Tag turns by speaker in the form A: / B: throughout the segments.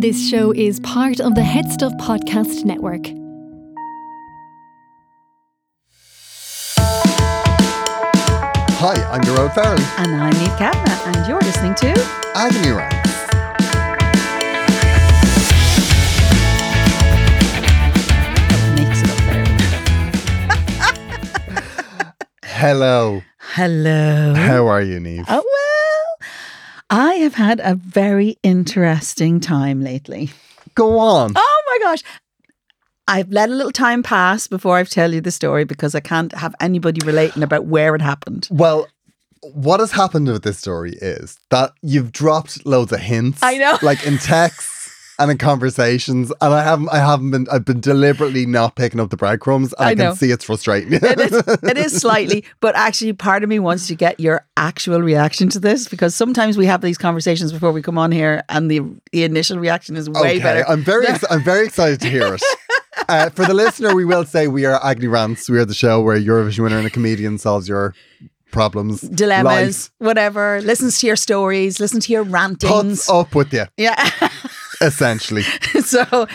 A: This show is part of the Head Stuff Podcast Network.
B: Hi, I'm Jerome Farrelly.
C: And I'm Eve Katna, and you're listening to
B: Agony Rant.
C: Mix It Up Therapy.
B: Hello.
C: Hello.
B: How are you, Neve?
C: Oh, well, I have had a very interesting time lately.
B: Go on.
C: Oh my gosh. I've let a little time pass before I tell you the story because I can't have anybody relating about where it happened.
B: Well, what has happened with this story is that you've dropped loads of hints.
C: I know.
B: Like in texts and in conversations. And I haven't I haven't been I've been deliberately not picking up the breadcrumbs and I,
C: I
B: can
C: know.
B: see it's frustrating.
C: It is, it is slightly, but actually, part of me wants to get your actual reaction to this because sometimes we have these conversations before we come on here, and the, the initial reaction is way
B: okay.
C: better.
B: I'm very ex- I'm very excited to hear it. Uh, for the listener, we will say we are Agni Rants. We are the show where a Eurovision winner and a comedian solves your problems,
C: dilemmas, whatever. Listens to your stories, listen to your
B: life,
C: rantings.
B: puts up with you,
C: Yeah.
B: essentially.
C: so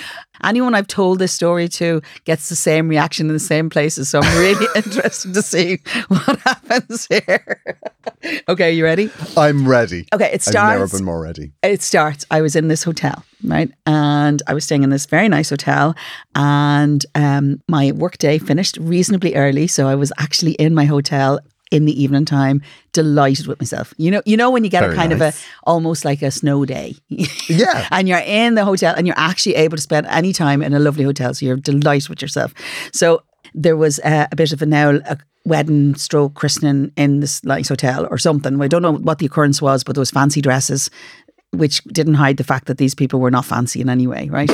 C: anyone I've told this story to gets the same reaction in the same places. So I'm really interested to see what happens here. okay, you ready?
B: I'm ready.
C: Okay, it
B: I've never
C: starts.
B: been more ready.
C: It starts. I was in this hotel, right, and I was staying in this very nice hotel, and um, my work day finished reasonably early, so I was actually in my hotel in the evening time, delighted with myself. You know, you know when you get
B: Very
C: a kind of
B: nice.
C: a almost like a snow day.
B: Yeah.
C: and you're in the hotel and you're actually able to spend any time in a lovely hotel. So you're delighted with yourself. So there was uh, a bit of a now a wedding stroke christening in this nice hotel or something. I don't know what the occurrence was, but there was fancy dresses. Which didn't hide the fact that these people were not fancy in any way, right?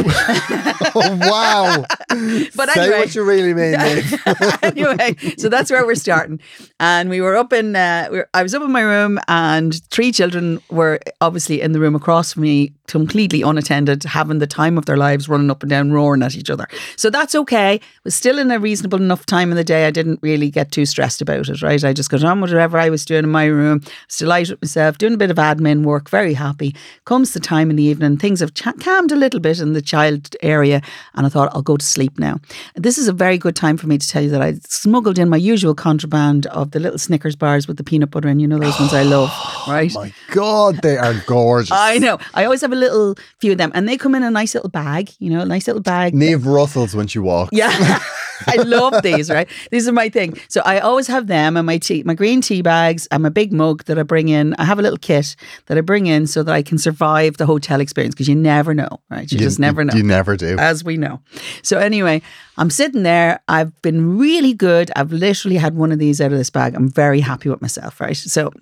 B: Oh, wow.
C: But
B: Say
C: anyway.
B: what you really mean. Nick.
C: anyway, so that's where we're starting. And we were up in, uh, we were, I was up in my room, and three children were obviously in the room across from me, completely unattended, having the time of their lives, running up and down, roaring at each other. So that's okay. It was still in a reasonable enough time in the day. I didn't really get too stressed about it, right? I just got on with whatever I was doing in my room, was delighted with myself, doing a bit of admin work, very happy. Comes the time in the evening, things have cha- calmed a little bit in the child area, and I thought I'll go to sleep now. This is a very good time for me to tell you that I smuggled in my usual contraband of the little Snickers bars with the peanut butter, and you know those ones I love, right?
B: My God, they are gorgeous.
C: I know. I always have a little few of them, and they come in a nice little bag, you know, a nice little bag.
B: Neve Russell's when she walks.
C: Yeah. I love these, right? These are my thing. So I always have them and my tea, my green tea bags and my big mug that I bring in. I have a little kit that I bring in so that I can survive the hotel experience because you never know, right? You, just never know Uh,
B: You never do.
C: as we know. So anyway, I'm sitting there. I've been really good. I've literally had one of these out of this bag. I'm very happy with myself, right? So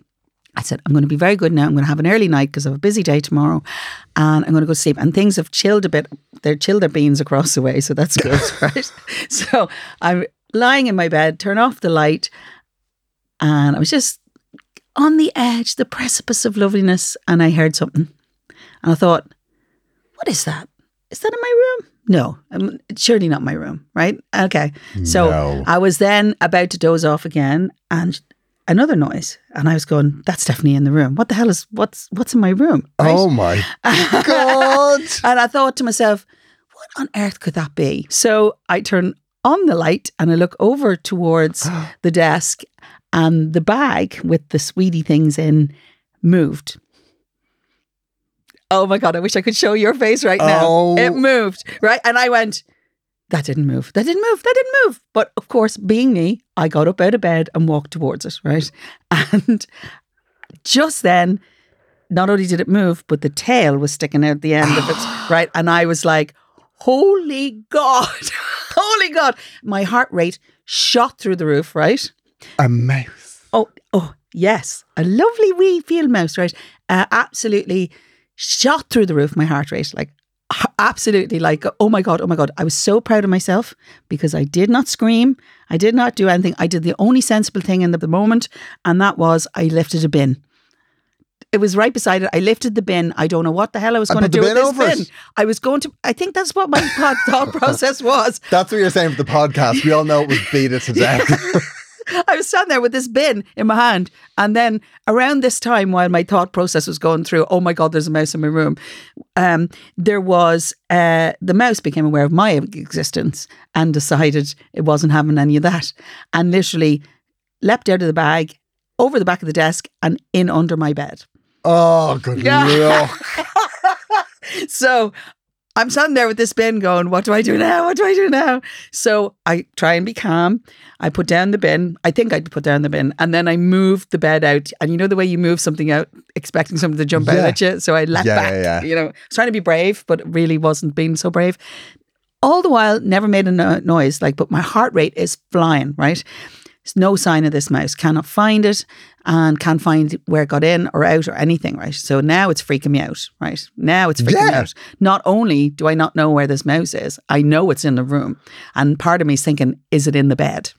C: I said, I'm going to be very good now. I'm going to have an early night because I have a busy day tomorrow and I'm going to go to sleep. And things have chilled a bit. They're chilled their beans across the way. So that's good, right? So I'm lying in my bed, turn off the light. And I was just on the edge, the precipice of loveliness. And I heard something. And I thought, what is that? Is that in my room? No, um, it's surely not my room, right? Okay. So
B: No.
C: I was then about to doze off again and another noise. And I was going, that's definitely in the room. What the hell is, what's, what's in my room? right?
B: Oh my God.
C: And I thought to myself, what on earth could that be? So I turn on the light and I look over towards the desk and the bag with the sweetie things in moved. Oh my God, I wish I could show your face right now.
B: Oh.
C: It moved, right? And I went, that didn't move. That didn't move. That didn't move. But of course, being me, I got up out of bed and walked towards it, right? And just then, not only did it move, but the tail was sticking out the end of it, right? And I was like, holy God, holy God. My heart rate shot through the roof, right?
B: A mouse.
C: Oh, oh, yes. A lovely wee field mouse, right? Uh, absolutely shot through the roof, my heart rate, like h- absolutely like, oh my God, oh my God. I was so proud of myself because I did not scream. I did not do anything. I did the only sensible thing in the moment, and that was I lifted a bin. It was right beside it. I lifted the bin. I don't know what the hell I was
B: And
C: going to
B: put the
C: do with
B: bin
C: this
B: over it.
C: bin. I was going to, I think that's what my thought- thought process was.
B: That's what you're saying for the podcast. We all know it was beat it to death.
C: I was standing there with this bin in my hand. And then around this time, while my thought process was going through, oh my God, there's a mouse in my room, um, there was uh, the mouse became aware of my existence and decided it wasn't having any of that. And literally leapt out of the bag, over the back of the desk, and in under my bed.
B: oh, good
C: Yeah.
B: luck.
C: So I'm sitting there with this bin going, what do I do now? What do I do now? So I try and be calm. I put down the bin. I think I'd put down the bin. And then I moved the bed out. And you know the way you move something out, expecting something to jump out
B: Yeah.
C: at you? So I leapt
B: Yeah,
C: back.
B: yeah, yeah.
C: You know, I was trying to be brave, but really wasn't being so brave. All the while, never made a no- noise, like, but my heart rate is flying, right? There's no sign of this mouse. Cannot find it and can't find where it got in or out or anything, right? So now it's freaking me out, right? Now it's freaking me
B: Yeah.
C: out. Not only do I not know where this mouse is, I know it's in the room. And part of me is thinking, is it in the bed?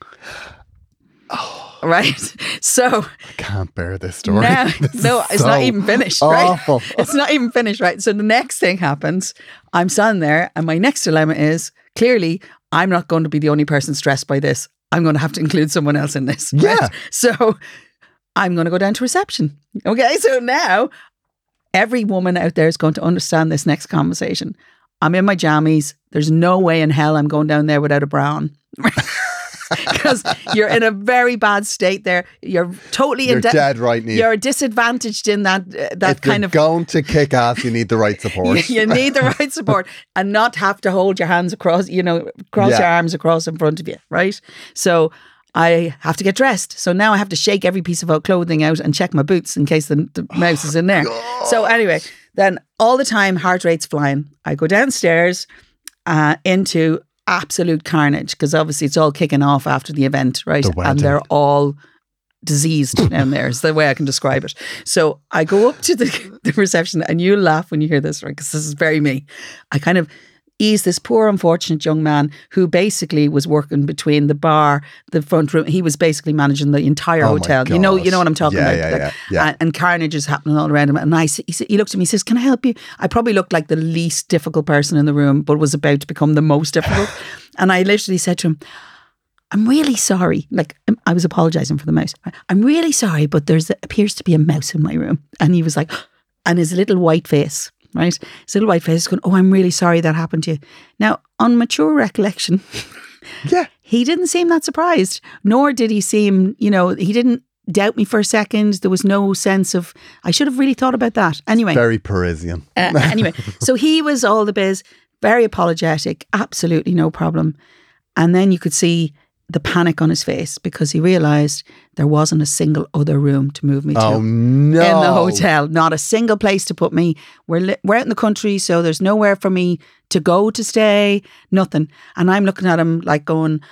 C: Right? So
B: Can't bear this story.
C: now,
B: This is
C: no, it's
B: so Oh,
C: not even finished,
B: awful.
C: right? It's not even finished, right? So the next thing happens. I'm standing there, and my next dilemma is clearly I'm not going to be the only person stressed by this. I'm going to have to include someone else in this. right?
B: Yeah.
C: So I'm going to go down to reception. Okay. So now every woman out there is going to understand this next conversation. I'm in my jammies. There's no way in hell I'm going down there without a bra on. Because you're in a very bad state there. You're totally
B: You're
C: in debt
B: dead right now.
C: you're disadvantaged in that uh, that
B: if
C: kind
B: you're
C: of
B: going to kick ass, you need the right
C: you,
B: support.
C: you need the right support and not have to hold your hands across you know cross
B: Yeah.
C: your arms across in front of you right so I have to get dressed. So now I have to shake every piece of clothing out and check my boots in case the, the
B: Oh
C: mouse is in there. So, anyway, then all the time, heart rate's flying. I go downstairs uh, into absolute carnage because obviously it's all kicking off after the event, right?
B: The
C: and
B: wedding.
C: they're all diseased down there is the way I can describe it. So I go up to the, the reception and you laugh when you hear this, right? Because this is very me. I kind of ease this poor unfortunate young man who basically was working between the bar, the front room. He was basically managing the entire
B: Oh my
C: hotel. You know, you know what I'm
B: God.
C: talking
B: Yeah,
C: about.
B: yeah, yeah, yeah.
C: And, and carnage is happening all around him. And I, s- he, s- he looks at me, he says, "Can I help you?" I probably looked like the least difficult person in the room, but was about to become the most difficult. and I literally said to him, "I'm really sorry." Like um, I was apologizing for the mouse. I'm really sorry, but there's appears to be a mouse in my room. And he was like, and his little white face. Right, his little white face is going. Oh, I'm really sorry that happened to you. Now, on mature recollection,
B: yeah.
C: he didn't seem that surprised, nor did he seem, you know, he didn't doubt me for a second. There was no sense of, I should have really thought about that. Anyway,
B: Very Parisian.
C: uh, anyway, so he was all the biz, very apologetic, absolutely no problem. And then you could see the panic on his face because he realized there wasn't a single other room to move me to
B: Oh, no.
C: in the hotel. Not a single place to put me. We're li- we're out in the country, so there's nowhere for me to go to stay. Nothing. And I'm looking at him like going,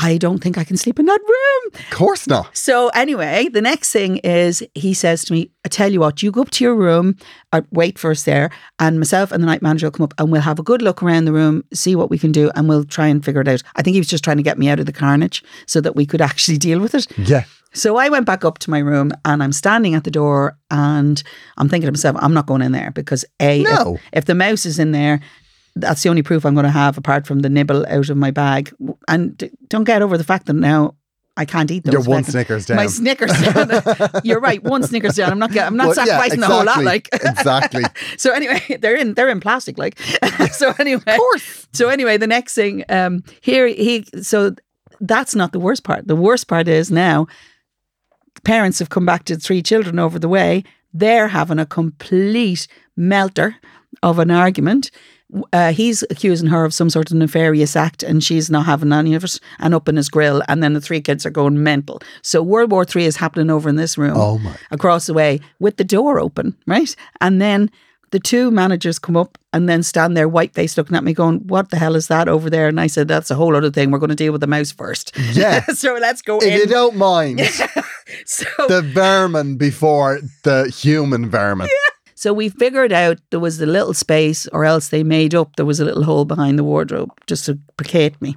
C: I don't think I can sleep in that room.
B: Of course not.
C: So anyway, the next thing is he says to me, I tell you what, you go up to your room, or wait for us there, and myself and the night manager will come up and we'll have a good look around the room, see what we can do, and we'll try and figure it out. I think he was just trying to get me out of the carnage so that we could actually deal with it.
B: Yeah.
C: So I went back up to my room and I'm standing at the door and I'm thinking to myself, I'm not going in there because A, if-
B: No.
C: if, the mouse is in there, that's the only proof I'm going to have apart from the nibble out of my bag. And d- don't get over the fact that now I can't eat those.
B: You're one
C: fucking-
B: Snickers down.
C: My Snickers down. You're right. One Snickers down. I'm not. Get, I'm not
B: Well, yeah,
C: sacrificing the whole lot.
B: exactly,
C: Like
B: exactly.
C: so anyway, they're in they're in plastic, like so anyway. Of course. So anyway, the next thing, um, here he so that's not the worst part. The worst part is now parents have come back to three children over the way. They're having a complete melter of an argument. Uh, he's accusing her of some sort of nefarious act, and she's not having any of it, and up in his grill. And then the three kids are going mental. So World War Three is happening over in this room
B: Oh my.
C: across the way with the door open, right? And then the two managers come up and then stand there white faced looking at me going, What the hell is that over there? And I said, That's a whole other thing. We're going to deal with the mouse first.
B: Yeah.
C: so let's go
B: Mm. If you
C: in.
B: don't mind,
C: So,
B: the vermin before the human vermin.
C: So we figured out there was a little space, or else they made up there was a little hole behind the wardrobe just to placate me.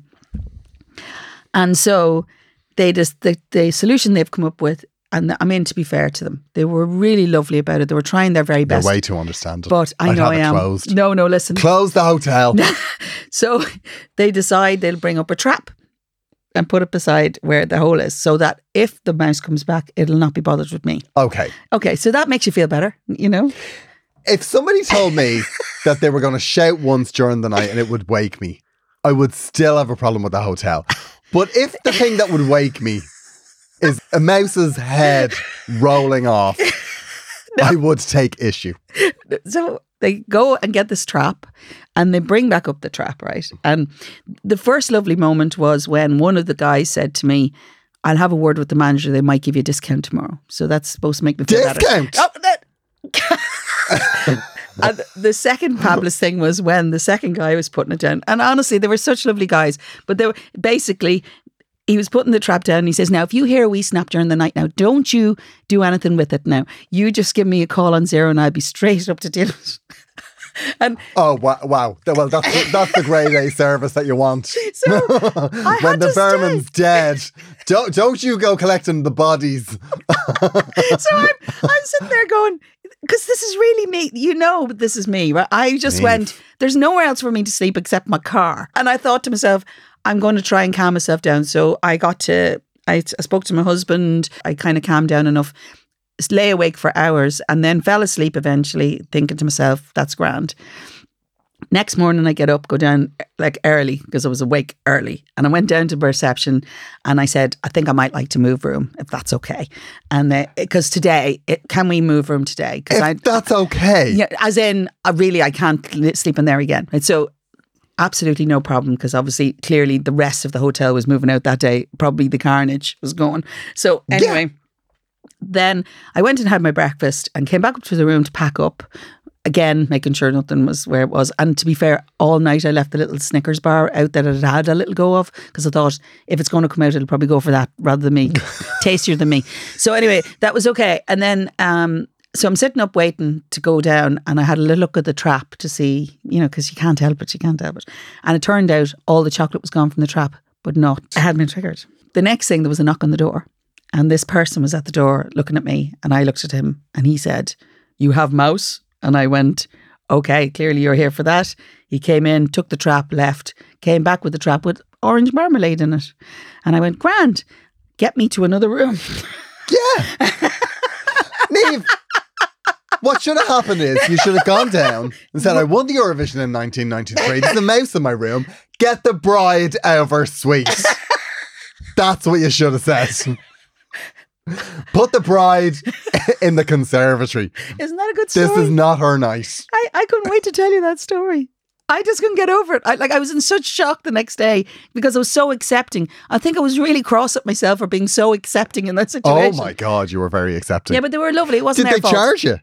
C: And so they just the, the solution they've come up with, and I mean to be fair to them, they were really lovely about it. They were trying their very
B: They're
C: best.
B: way too understandable.
C: but I
B: I'd
C: know
B: have
C: I
B: it
C: am.
B: Closed.
C: No, no, listen.
B: Close the hotel.
C: So they decide they'll bring up a trap and put it beside where the hole is so that if the mouse comes back, it'll not be bothered with me.
B: Okay.
C: Okay, so that makes you feel better, you know?
B: If somebody told me that they were going to shout once during the night and it would wake me, I would still have a problem with the hotel. But if the thing that would wake me is a mouse's head rolling off, I would take issue.
C: So they go and get this trap and they bring back up the trap, right? And the first lovely moment was when one of the guys said to me, I'll have a word with the manager. They might give you a discount tomorrow. So that's supposed to make me feel better.
B: Discount.
C: Oh, that. and Uh, the second fabulous thing was when the second guy was putting it down. And honestly, they were such lovely guys. But they were basically, he was putting the trap down. And he says, Now, if you hear a wee snap during the night, now don't you do anything with it now. You just give me a call on zero and I'll be straight up to dinner. and
B: Oh wow! wow. Th- Well, that's the, that's the grade A service that you want.
C: so
B: when
C: had
B: the
C: to
B: vermin's dead, don't don't you go collecting the bodies.
C: so I'm, I'm sitting there going, because this is really me. You know, this is me, right? I just went, there's nowhere else for me to sleep except my car. And I thought to myself, I'm going to try and calm myself down. So I got to, I, I spoke to my husband. I kind of calmed down enough, s- lay awake for hours, and then fell asleep eventually, thinking to myself, that's grand. Next morning, I get up, go down e, like early because I was awake early. And I went down to reception and I said, I think I might like to move room if that's okay. And because today, it, can we move room today? Because I,
B: If that's okay.
C: yeah, as in, I really, I can't li- sleep in there again. Right? So, absolutely no problem because obviously, clearly, the rest of the hotel was moving out that day. Probably the carnage was going. So, anyway, then I went and had my breakfast and came back up to the room to pack up. Again, making sure nothing was where it was. And to be fair, all night I left the little Snickers bar out that it had had a little go of because I thought if it's going to come out, it'll probably go for that rather than me, tastier than me. So anyway, that was okay. And then um, so I'm sitting up waiting to go down, and I had a little look at the trap to see, you know, because you can't help it, you can't help it. And it turned out all the chocolate was gone from the trap, but not. I had been triggered. The next thing, there was a knock on the door, and this person was at the door looking at me, and I looked at him, and he said, "You have mouse," and I went, "Okay, clearly you're here for that." He came in, took the trap, left, came back with the trap with orange marmalade in it, and I went, "Grand, get me to another room."
B: Yeah. Neve, what should have happened is you should have gone down and said, I won the Eurovision in 1993. There's a mouse in my room. Get the bride over sweet. That's what you should have said. Put the bride in the conservatory.
C: Isn't that a good story?
B: This is not her night.
C: I, I couldn't wait to tell you that story. I just couldn't get over it. I, like I was in such shock the next day because I was so accepting. I think I was really cross at myself for being so accepting in that
B: Oh
C: situation.
B: my God, you were very accepting.
C: Yeah, but they were lovely. It wasn't
B: Did
C: their
B: they
C: fault.
B: charge you?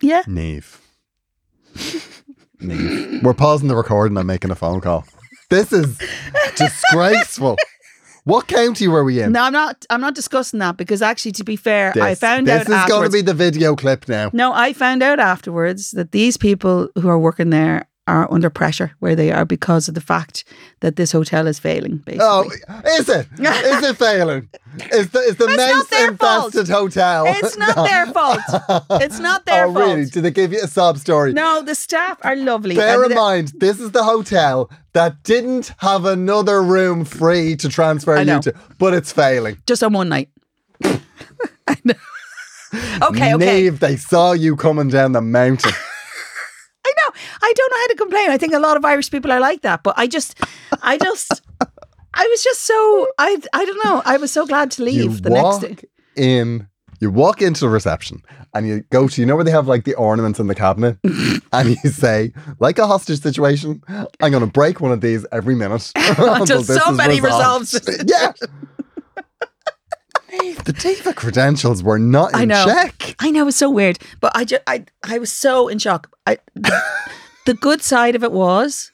C: Yeah,
B: Neve. Neve. We're pausing the recording. I'm making a phone call. This is disgraceful. What county were we in?
C: no, I'm not. I'm not discussing that because actually, to be fair,
B: this,
C: I found
B: this
C: out
B: is going to
C: afterwards.
B: be the video clip now.
C: no, I found out afterwards that these people who are working there are under pressure where they are because of the fact that this hotel is failing. Basically,
B: Oh, is it? Is it failing? Is the is the
C: It's not
B: mouse
C: their
B: infested hotel?
C: it's not their fault. It's not their
B: oh,
C: fault.
B: really? Did they give you a sob story?
C: No, the staff are lovely.
B: Bear
C: And
B: in
C: the-
B: mind, this is the hotel that didn't have another room free to transfer
C: I know.
B: you to, but it's failing.
C: just on one night. I know. Okay, okay.
B: Neve, they saw you coming down the mountain.
C: I know. I don't know how to complain. I think a lot of Irish people are like that, but I just, I just, I was just so I, I don't know. I was so glad to leave the
B: walk
C: next day.
B: in you walk into the reception and you go to you know where they have like the ornaments in the cabinet and you say like a hostage situation i'm going to break one of these every minute
C: Until
B: this is
C: somebody
B: resolved."
C: resolves this
B: yeah the diva credentials were not in
C: I know.
B: check
C: I know it's so weird, but I just, I, I was so in shock. I, the good side of it was.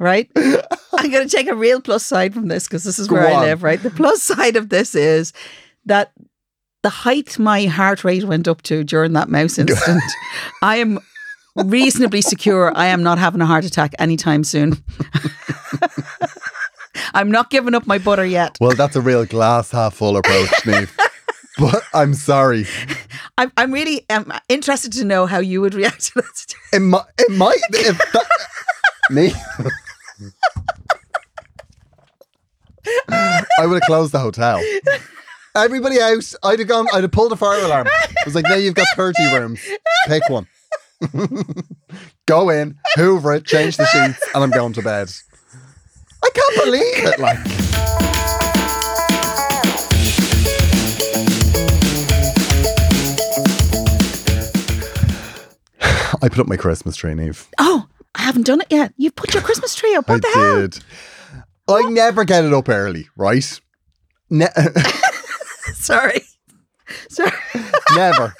C: Right, I'm going to take a real plus side from this because this is
B: Go
C: where I
B: on.
C: live. Right, the plus side of this is that the height my heart rate went up to during that mouse incident, I am reasonably secure I am not having a heart attack anytime soon. I'm not giving up my butter yet.
B: Well, that's a real glass half full approach, Neve. But I'm sorry.
C: I'm, I'm really um, interested to know how you would react to that.
B: It might. It might. If that, Neve. I would have closed the hotel. Everybody out. I'd have gone. I'd have pulled a fire alarm. I was like, "No, you've got thirty rooms. Pick one. Go in, Hoover it, change the sheets, and I'm going to bed." I can't believe it. Like. I put up my Christmas tree, Neve.
C: Oh, I haven't done it yet. You put your Christmas tree up. What the
B: I
C: hell?
B: did. I never get it up early, right? Ne-
C: Sorry. Sorry.
B: never.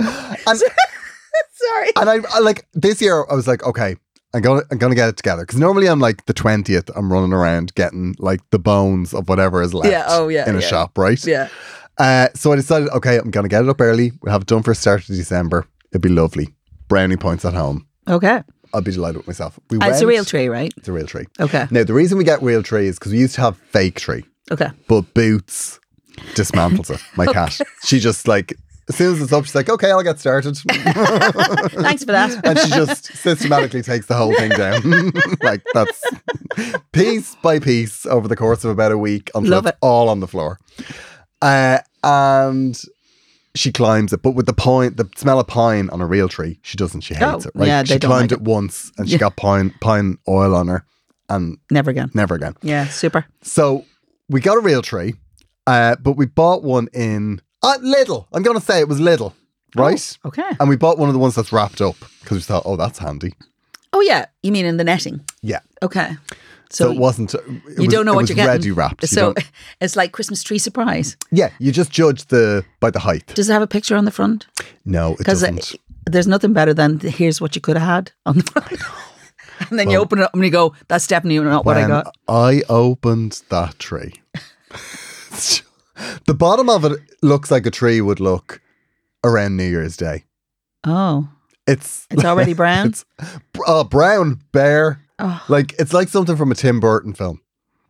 B: and,
C: Sorry.
B: and I, I like this year. I was like, okay, I'm gonna I'm gonna get it together because normally I'm like the twentieth. I'm running around getting like the bones of whatever is left.
C: Yeah, oh, yeah,
B: In a
C: yeah.
B: shop, right?
C: Yeah.
B: Uh, so I decided, okay, I'm gonna get it up early. We'll have it done for start of December. It'd be lovely. Brownie points at home.
C: Okay.
B: I'll be delighted with myself. We
C: Uh, it's a
B: went-
C: real tree, right?
B: It's a real tree.
C: Okay.
B: Now, the reason we get real tree is because we used to have fake tree,
C: Okay.
B: but Boots dismantles it. My cat. She just like, as soon as it's up, she's like, okay, I'll get started.
C: Thanks for that.
B: and she just systematically takes the whole thing down. like, that's piece by piece over the course of about a week until
C: Love
B: it's
C: it.
B: all on the floor. Uh, and she climbs it, but with the pine, the smell of pine on a real tree, she doesn't. She hates
C: Oh,
B: it, right?
C: yeah,
B: she
C: they don't
B: climbed
C: like
B: it once and she
C: Yeah.
B: got pine pine oil on her and
C: Never again.
B: never again.
C: Yeah. Super.
B: So we got a real tree, uh, but we bought one in uh, Little. I'm going to say it was Little,
C: Oh.
B: right?
C: Okay.
B: And we bought one of the ones that's wrapped up because we thought, oh, that's handy.
C: Oh yeah. You mean in the netting?
B: Yeah.
C: Okay.
B: So,
C: So,
B: it wasn't. It
C: you don't know what you're getting.
B: Ready wrapped. You
C: So
B: don't-
C: it's like Christmas tree surprise.
B: yeah, you just judge the by the height.
C: Does it have a picture on the front?
B: No, it
C: Because
B: doesn't.
C: there's nothing better than the, here's what you could have had on the front. and then you open it up and you go, that's definitely not what I
B: When
C: got.
B: I opened that tree. the bottom of it looks like a tree would look around New Year's Day.
C: Oh,
B: It's
C: it's already brown.
B: It's uh, brown bear.
C: Oh.
B: Like it's like something from a Tim Burton film.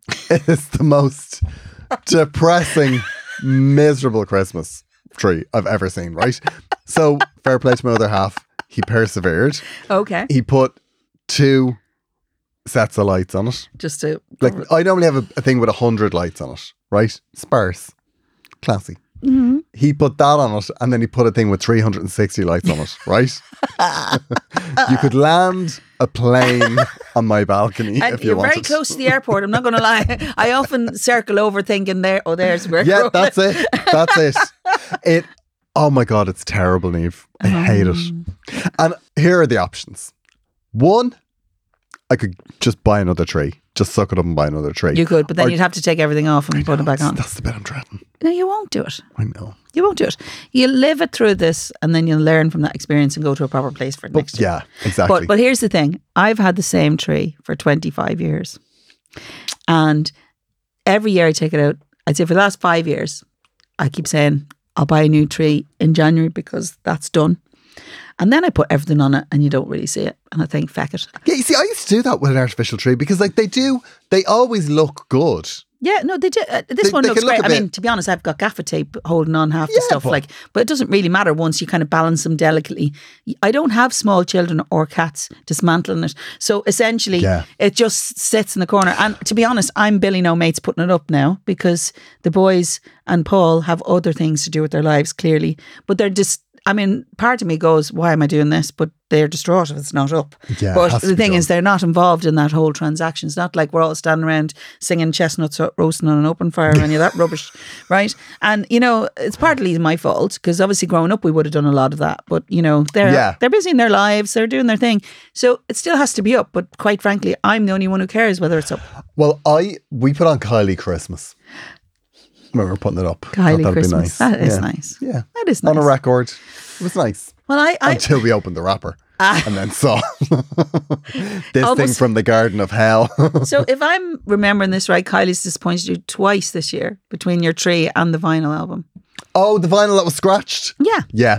B: It's the most depressing, miserable Christmas tree I've ever seen. Right. So fair play to my other half. He persevered.
C: okay.
B: He put two sets of lights on it.
C: Just to
B: Like I normally have a, a thing with a hundred lights on it. Right. Sparse, classy.
C: Mm-hmm.
B: He put that on it, and then he put a thing with 360 lights on it, right? you could land a plane on my balcony
C: And
B: if you
C: you're very
B: wanted.
C: close to the airport. I'm not going to lie. I often circle over thinking there. Oh, there's where.
B: Yeah, that's it. That's it. It. Oh my god, it's terrible, Neve. I
C: Mm-hmm.
B: hate it. And here are the options. One, I could just buy another tree. Just suck it up and buy another tree.
C: you could, but then
B: Or-
C: you'd have to take everything off and put it back
B: that's,
C: on.
B: that's the bit I'm dreading.
C: No, you won't do it.
B: I know.
C: You won't do it. You'll live it through this, and then you'll learn from that experience and go to a proper place for next year.
B: Yeah, exactly.
C: But but here's the thing: I've had the same tree for 25 years, and every year I take it out. I'd say for the last five years, I keep saying I'll buy a new tree in January because that's done. And then I put everything on it, and you don't really see it. And I think, feck it.
B: yeah, you see, I used to do that with an artificial tree because, like, they do. They always look good.
C: Yeah, no, they do. Uh, this
B: They-
C: one
B: they
C: looks
B: can look
C: great.
B: a
C: I mean,
B: bit-
C: to be honest, I've got gaffer tape holding on half the
B: Yeah,
C: stuff.
B: but-
C: like, but it doesn't really matter once you kind of balance them delicately. I don't have small children or cats dismantling it, so essentially,
B: Yeah.
C: it just sits in the corner. And to be honest, I'm Billy No Mates putting it up now because the boys and Paul have other things to do with their lives clearly, but they're just. I mean, part of me goes, "Why am I doing this?" But they're distraught if it's not up.
B: Yeah, it
C: but
B: has to
C: the
B: be
C: thing
B: done.
C: is, they're not involved in that whole transaction. It's not like we're all standing around singing chestnuts ro- roasting on an open fire or any of that rubbish, right? And you know, it's partly my fault because obviously growing up we would have done a lot of that. But you know, they're
B: Yeah.
C: they're busy in their lives, they're doing their thing, so it still has to be up. But quite frankly, I'm the only one who cares whether it's up.
B: Well, I we put on Kylie Christmas when we were putting it up. Thought
C: Kylie
B: that'd be
C: Christmas, that is
B: yeah.
C: nice.
B: Yeah,
C: That is nice.
B: on a record. It was nice
C: Well, I, Ah. I
B: until we opened the wrapper. and then saw this thing
C: Almost-
B: from the Garden of Hell.
C: so if I'm remembering this right, Kylie's disappointed you twice this year between your tree and the vinyl album.
B: oh, the vinyl that was scratched.
C: Yeah,
B: Yeah,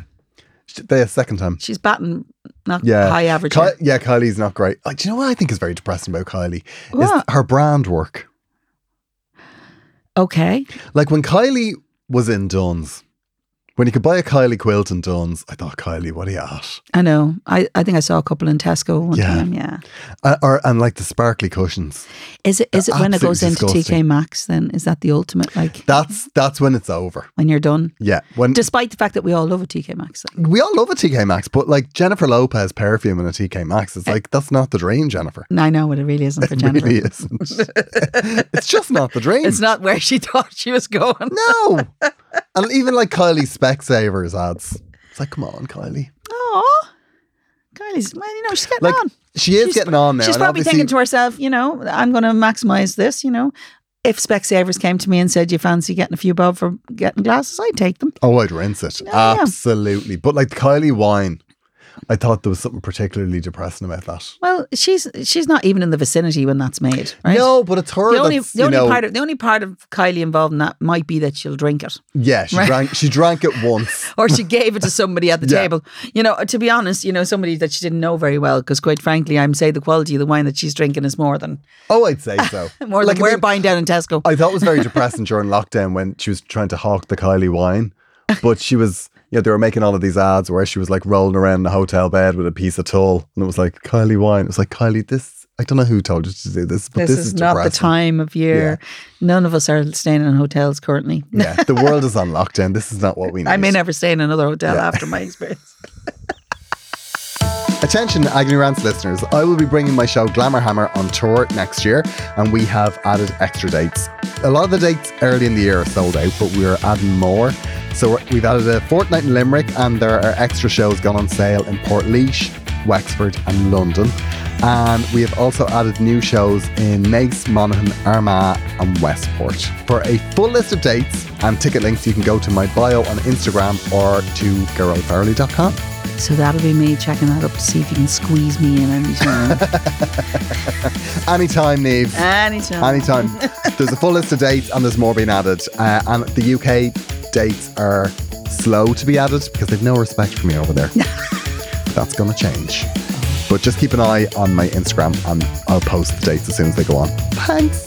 B: Sh- the second time.
C: she's batting not
B: Yeah,
C: high average.
B: Ky-
C: here.
B: yeah, Kylie's not great. Uh, do you know what I think is very depressing about Kylie? Is
C: What?
B: her brand work.
C: okay,
B: Like when Kylie was in Duns, when you could buy a Kylie quilt in Duns, I thought, Kylie, what are you at?
C: I know. I, I think I saw a couple in Tesco one
B: Yeah.
C: time. Yeah,
B: Uh, or and like the sparkly cushions.
C: is it is it
B: They're
C: when it goes
B: absolutely
C: into TK
B: disgusting.
C: Maxx? Then is that the ultimate? Like
B: That's that's when it's over.
C: when you're done,
B: Yeah, when
C: despite the fact that we all love a TK Maxx. like.
B: we all love a TK Maxx, but like Jennifer Lopez perfume in a TK Maxx, it's like that's not the dream, Jennifer.
C: And I know what it really isn't for
B: It
C: Eh. Jennifer.
B: really isn't. it's just not the dream.
C: It's not where she thought she was going.
B: No, and even like Kylie Specsavers ads. It's like, come on, Kylie.
C: Oh, Kylie's, well, you know, she's getting
B: Like
C: on.
B: she is
C: She's-
B: getting on now.
C: She's
B: and
C: probably
B: obviously-
C: thinking to herself, you know, I'm going to maximize this, you know. If Specsavers came to me and said, you fancy getting a few bob for getting glasses, I'd take them.
B: Oh, I'd rinse it.
C: yeah.
B: Absolutely. But like Kylie wine, I thought there was something particularly depressing about that.
C: Well, she's she's not even in the vicinity when that's made, right?
B: No, but it's her
C: The only,
B: that's,
C: the, only
B: you know,
C: part of, the only part of Kylie involved in that might be that she'll drink it
B: yeah, she drank she drank it once.
C: or she gave it to somebody at the
B: Yeah.
C: table. You know, to be honest, you know, somebody that she didn't know very well because, quite frankly, I'm say the quality of the wine that she's drinking is more than
B: Oh, I'd say so.
C: more
B: like
C: than
B: I
C: we're
B: mean,
C: buying down in Tesco.
B: I thought it was very depressing during lockdown when she was trying to hawk the Kylie wine, but she was, you know, they were making all of these ads where she was like rolling around in a hotel bed with a piece of tulle, and it was like Kylie wine. It was like Kylie, this I don't know who told you to do this, but
C: this,
B: this,
C: is, not the
B: depressing.
C: time of year. None of us are staying in hotels currently.
B: Yeah, the world is on lockdown. This is not what we need.
C: I may never stay in another hotel after my experience.
B: Attention, Agony Rants listeners. I will be bringing my show Glamour Hammer on tour next year, and we have added extra dates. A lot of the dates early in the year are sold out, but we are adding more. So we're- we've added a fortnight in Limerick, and there are extra shows gone on sale in Port Leash, Wexford, and London. And we have also added new shows in Nace, Monaghan, Armagh, and Westport. For a full list of dates and ticket links, you can go to my bio on Instagram or to girlfarley.com.
C: So that'll be me checking that up to see if you can squeeze me in anytime.
B: Anytime, Neve.
C: anytime.
B: Anytime. there's a full list of dates and there's more being added. Uh, and the UK dates are slow to be added because they've no respect for me over there. That's going to change. But just keep an eye on my Instagram and I'll post the dates as soon as they go on. Thanks.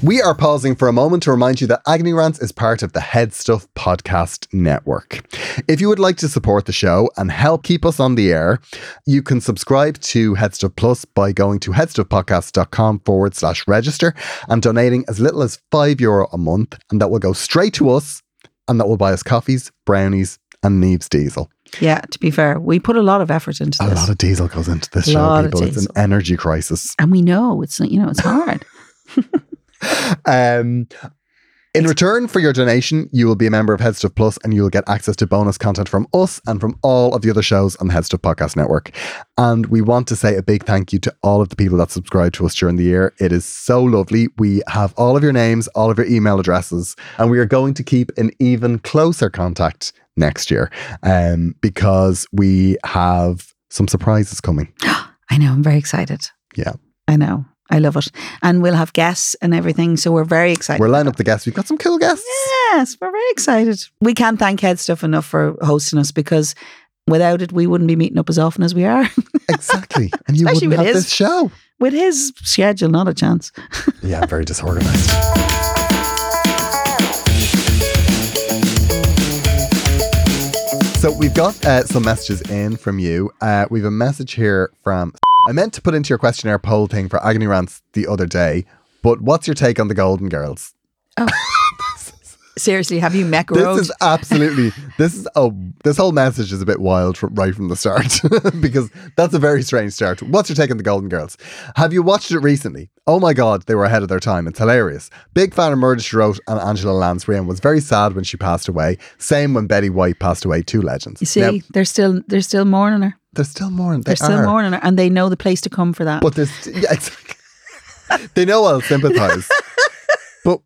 B: We are pausing for a moment to remind you that Agony Rants is part of the Head Stuff Podcast Network. If you would like to support the show and help keep us on the air, you can subscribe to Head Stuff Plus by going to headstuffpodcast.com forward slash register and donating as little as five euro a month. And that will go straight to us and that will buy us coffees, brownies, and Neve's diesel.
C: Yeah, to be fair, we put a lot of effort into
B: A
C: this.
B: lot of diesel goes into this
C: A lot
B: show,
C: of
B: people. It's an
C: diesel.
B: energy crisis.
C: and we know it's you know it's hard.
B: Um, in return for your donation, you will be a member of Headstuff Plus and you will get access to bonus content from us and from all of the other shows on the Headstuff Podcast Network. And we want to say a big thank you to all of the people that subscribe to us during the year. It is so lovely. We have all of your names, all of your email addresses, and we are going to keep an even closer contact next year um, because we have some surprises coming.
C: I know. I'm very excited.
B: Yeah.
C: I know. I love it, and we'll have guests and everything. So we're very excited.
B: We're lining up the guests. We've got some cool guests.
C: Yes, we're very excited. We can't thank Head Stuff enough for hosting us because without it, we wouldn't be meeting up as often as we are.
B: Exactly. And you
C: Especially
B: wouldn't
C: with
B: have
C: his-
B: this show.
C: With his schedule, not a chance.
B: Yeah, I'm very disorganized. So we've got uh, some messages in from you. Uh, we have a message here from. I meant to put into your questionnaire poll thing for Agony Rants the other day, but what's your take on the Golden Girls?
C: Seriously, have you met
B: This
C: Road?
B: is absolutely this is oh this whole message is a bit wild from, right from the start because that's a very strange start. What's your take on the Golden Girls? Have you watched it recently? Oh my God, they were ahead of their time. It's hilarious. Big fan of Murder She Wrote and Angela Lansbury, and was very sad when she passed away. Same when Betty White passed away. Two legends.
C: you see,
B: Now,
C: they're still they're still mourning her.
B: there's still more. They
C: They're still
B: are.
C: mourning her, and they know the place to come for that.
B: But there's yeah, exactly. they know I'll sympathise, but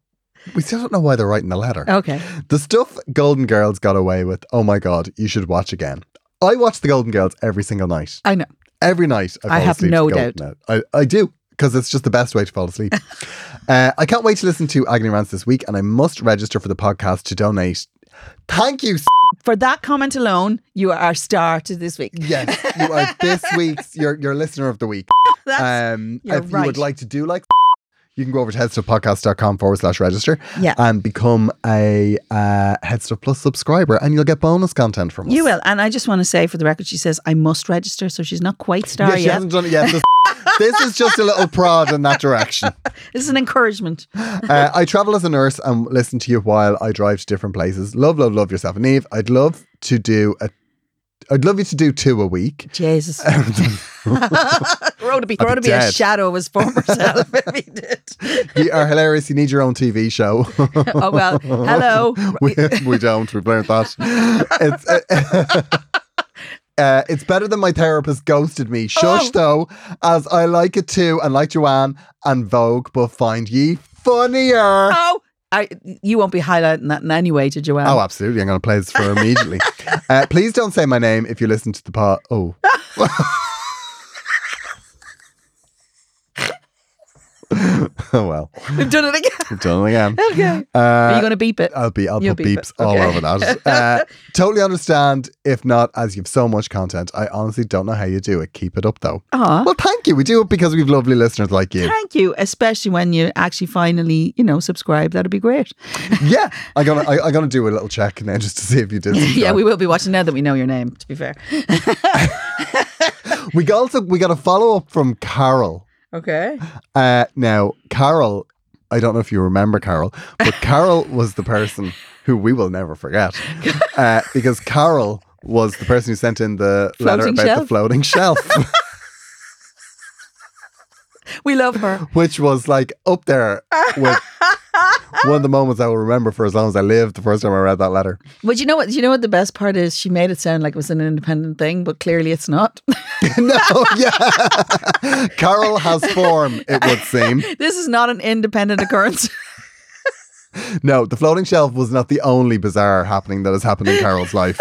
B: we still don't know why they're writing the letter.
C: okay,
B: oh The stuff Golden Girls got away with, oh my God, you should watch again. I watch The Golden Girls every single night.
C: I know.
B: Every night, I, fall
C: I have
B: asleep
C: no
B: to Golden
C: doubt.
B: Girls. I, I do because it's just the best way to fall asleep. uh, I can't wait to listen to Agony Rants this week, and I must register for the podcast to donate. Thank you. s-
C: For that comment alone, you are our star to this week.
B: Yes, you are this week's your your listener of the week.
C: That's,
B: um,
C: you're
B: if you
C: right.
B: would like to do like you can go over to headstuffpodcast.com forward slash register
C: Yeah.
B: and become a uh, Headstuff Plus subscriber and you'll get bonus content from us.
C: you will. And I just want to say for the record, she says, I must register. So she's not quite star
B: Yeah, she
C: yet.
B: hasn't done it yet. This, this is just a little prod in that direction.
C: This is an encouragement.
B: Uh, I travel as a nurse and listen to you while I drive to different places. Love, love, love yourself and Eve. I'd love to do a I'd love you to do two a week.
C: Jesus. Grow to
B: I'd
C: be,
B: be
C: grow to be a
B: dead.
C: shadow of his former self if he did.
B: You are hilarious. You need your own TV show.
C: Oh, well, hello.
B: we, we don't. We've learned that. It's, uh, uh, it's better than my therapist ghosted me.
C: Oh.
B: Shush, though, as I like it too, and like Joanne and Vogue, but find ye funnier. Oh,
C: Oh, I, you won't be highlighting that in any way to Joanne.
B: absolutely. I'm going to play this for her immediately. uh, please don't say my name if you listen to the part. Oh. oh, well.
C: We've done it again.
B: We've done it again.
C: Okay. Are
B: Uh,
C: you going to beep it?
B: I'll be I'll
C: You'll
B: put
C: beep it.
B: beeps all
C: Okay.
B: over that. Uh, totally understand. If not, as you've so much content, I honestly don't know how you do it. Keep it up though.
C: Aw.
B: Well, thank you. We do it because we've lovely listeners like you.
C: Thank you, especially when you actually finally, you know, subscribe. That'd be great.
B: yeah, I'm gonna I, I'm gonna do a little check now just to see if you did.
C: yeah, we will be watching now that we know your name, to be fair.
B: we got also we got a follow up from Carol.
C: Okay.
B: Uh, now Carol, I don't know if you remember Carol, but Carol was the person who we will never forget uh, because Carol was the person who sent in the letter
C: Floating
B: about the
C: shelf.
B: floating shelf.
C: We love her.
B: which was like up there with one of the moments I will remember for as long as I live. The first time I read that letter,
C: But you know what? You know what the best part is? She made it sound like it was an independent thing, but clearly it's not.
B: no, yeah, Carol has form. It would seem
C: this is not an independent occurrence.
B: no. The floating shelf was not the only bizarre happening that has happened in Carol's life.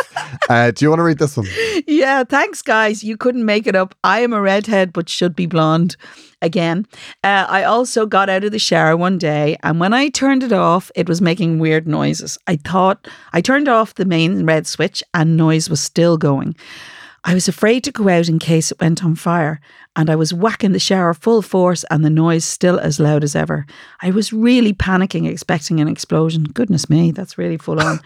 B: Uh, do you want to read this one?
C: yeah, thanks, guys. You couldn't make it up. I am a redhead, but should be blonde again. Uh, I also got out of the shower one day, and when I turned it off, it was making weird noises. I thought I turned off the main red switch, and noise was still going. I was afraid to go out in case it went on fire, and I was whacking the shower full force and the noise still as loud as ever. I was really panicking, expecting an explosion. Goodness me, that's really full on.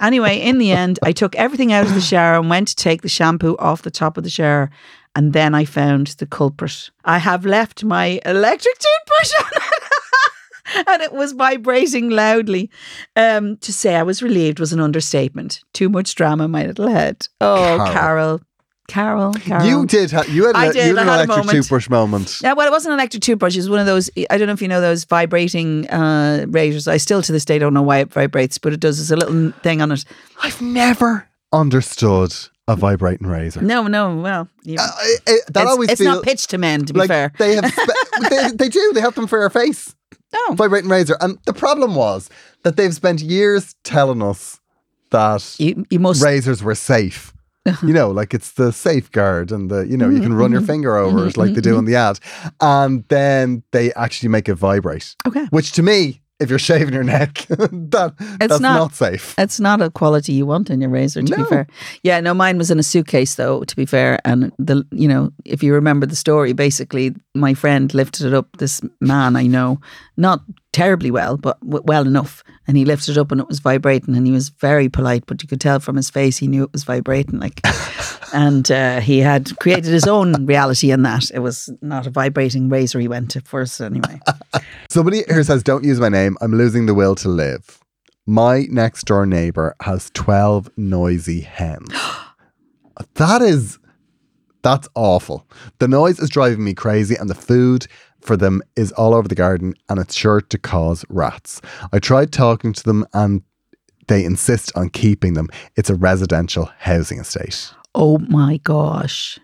C: anyway, in the end, I took everything out of the shower and went to take the shampoo off the top of the shower, and then I found the culprit. I have left my electric toothbrush on and it was vibrating loudly. Um, to say I was relieved was an understatement. Too much drama in my little head. Oh, Carol. Carol, Carol.
B: You did. Ha- you had.
C: Um, I
B: a-
C: did,
B: You had an
C: I had a
B: electric
C: moment.
B: toothbrush moment.
C: Yeah, well, it wasn't an electric toothbrush. It was one of those. I don't know if you know those vibrating uh, razors. I still to this day don't know why it vibrates, but it does. There's a little thing on it.
B: I've never understood a vibrating razor.
C: No, no. Well, you,
B: Uh, I- I- that
C: Mm. it's,
B: always
C: it's
B: feel-
C: not pitched to men, to be
B: like
C: fair.
B: they have. Spe- they, they do. They have them for your face.
C: No,
B: vibrating razor. And the problem was that they've spent years telling us that
C: you, you must.
B: razors were safe.
C: Uh-huh.
B: You know, like it's the safeguard and the, you know,
C: Mm-hmm,
B: you can run your finger over it like they do in the ad. And then they actually make it vibrate,
C: Okay,
B: which to me, if you're shaving your neck, that, that's not,
C: not-
B: safe.
C: it's not a quality you want in your razor. To
B: No.
C: be fair, yeah. No, mine was in a suitcase though. To be fair, and the you know if you remember the story, basically my friend lifted it up. This man I know, not terribly well, but w- well enough. And he lifted it up and it was vibrating. And he was very polite, but you could tell from his face he knew it was vibrating. Like, and uh, he had created his own reality in that. It was not a vibrating razor he went to first anyway.
B: Somebody here says, don't use my name. I'm losing the will to live. My next door neighbor has 12 noisy hens. that is, that's awful. The noise is driving me crazy, and the food for them is all over the garden, and it's sure to cause rats. I tried talking to them, and they insist on keeping them. It's a residential housing estate.
C: Oh my gosh.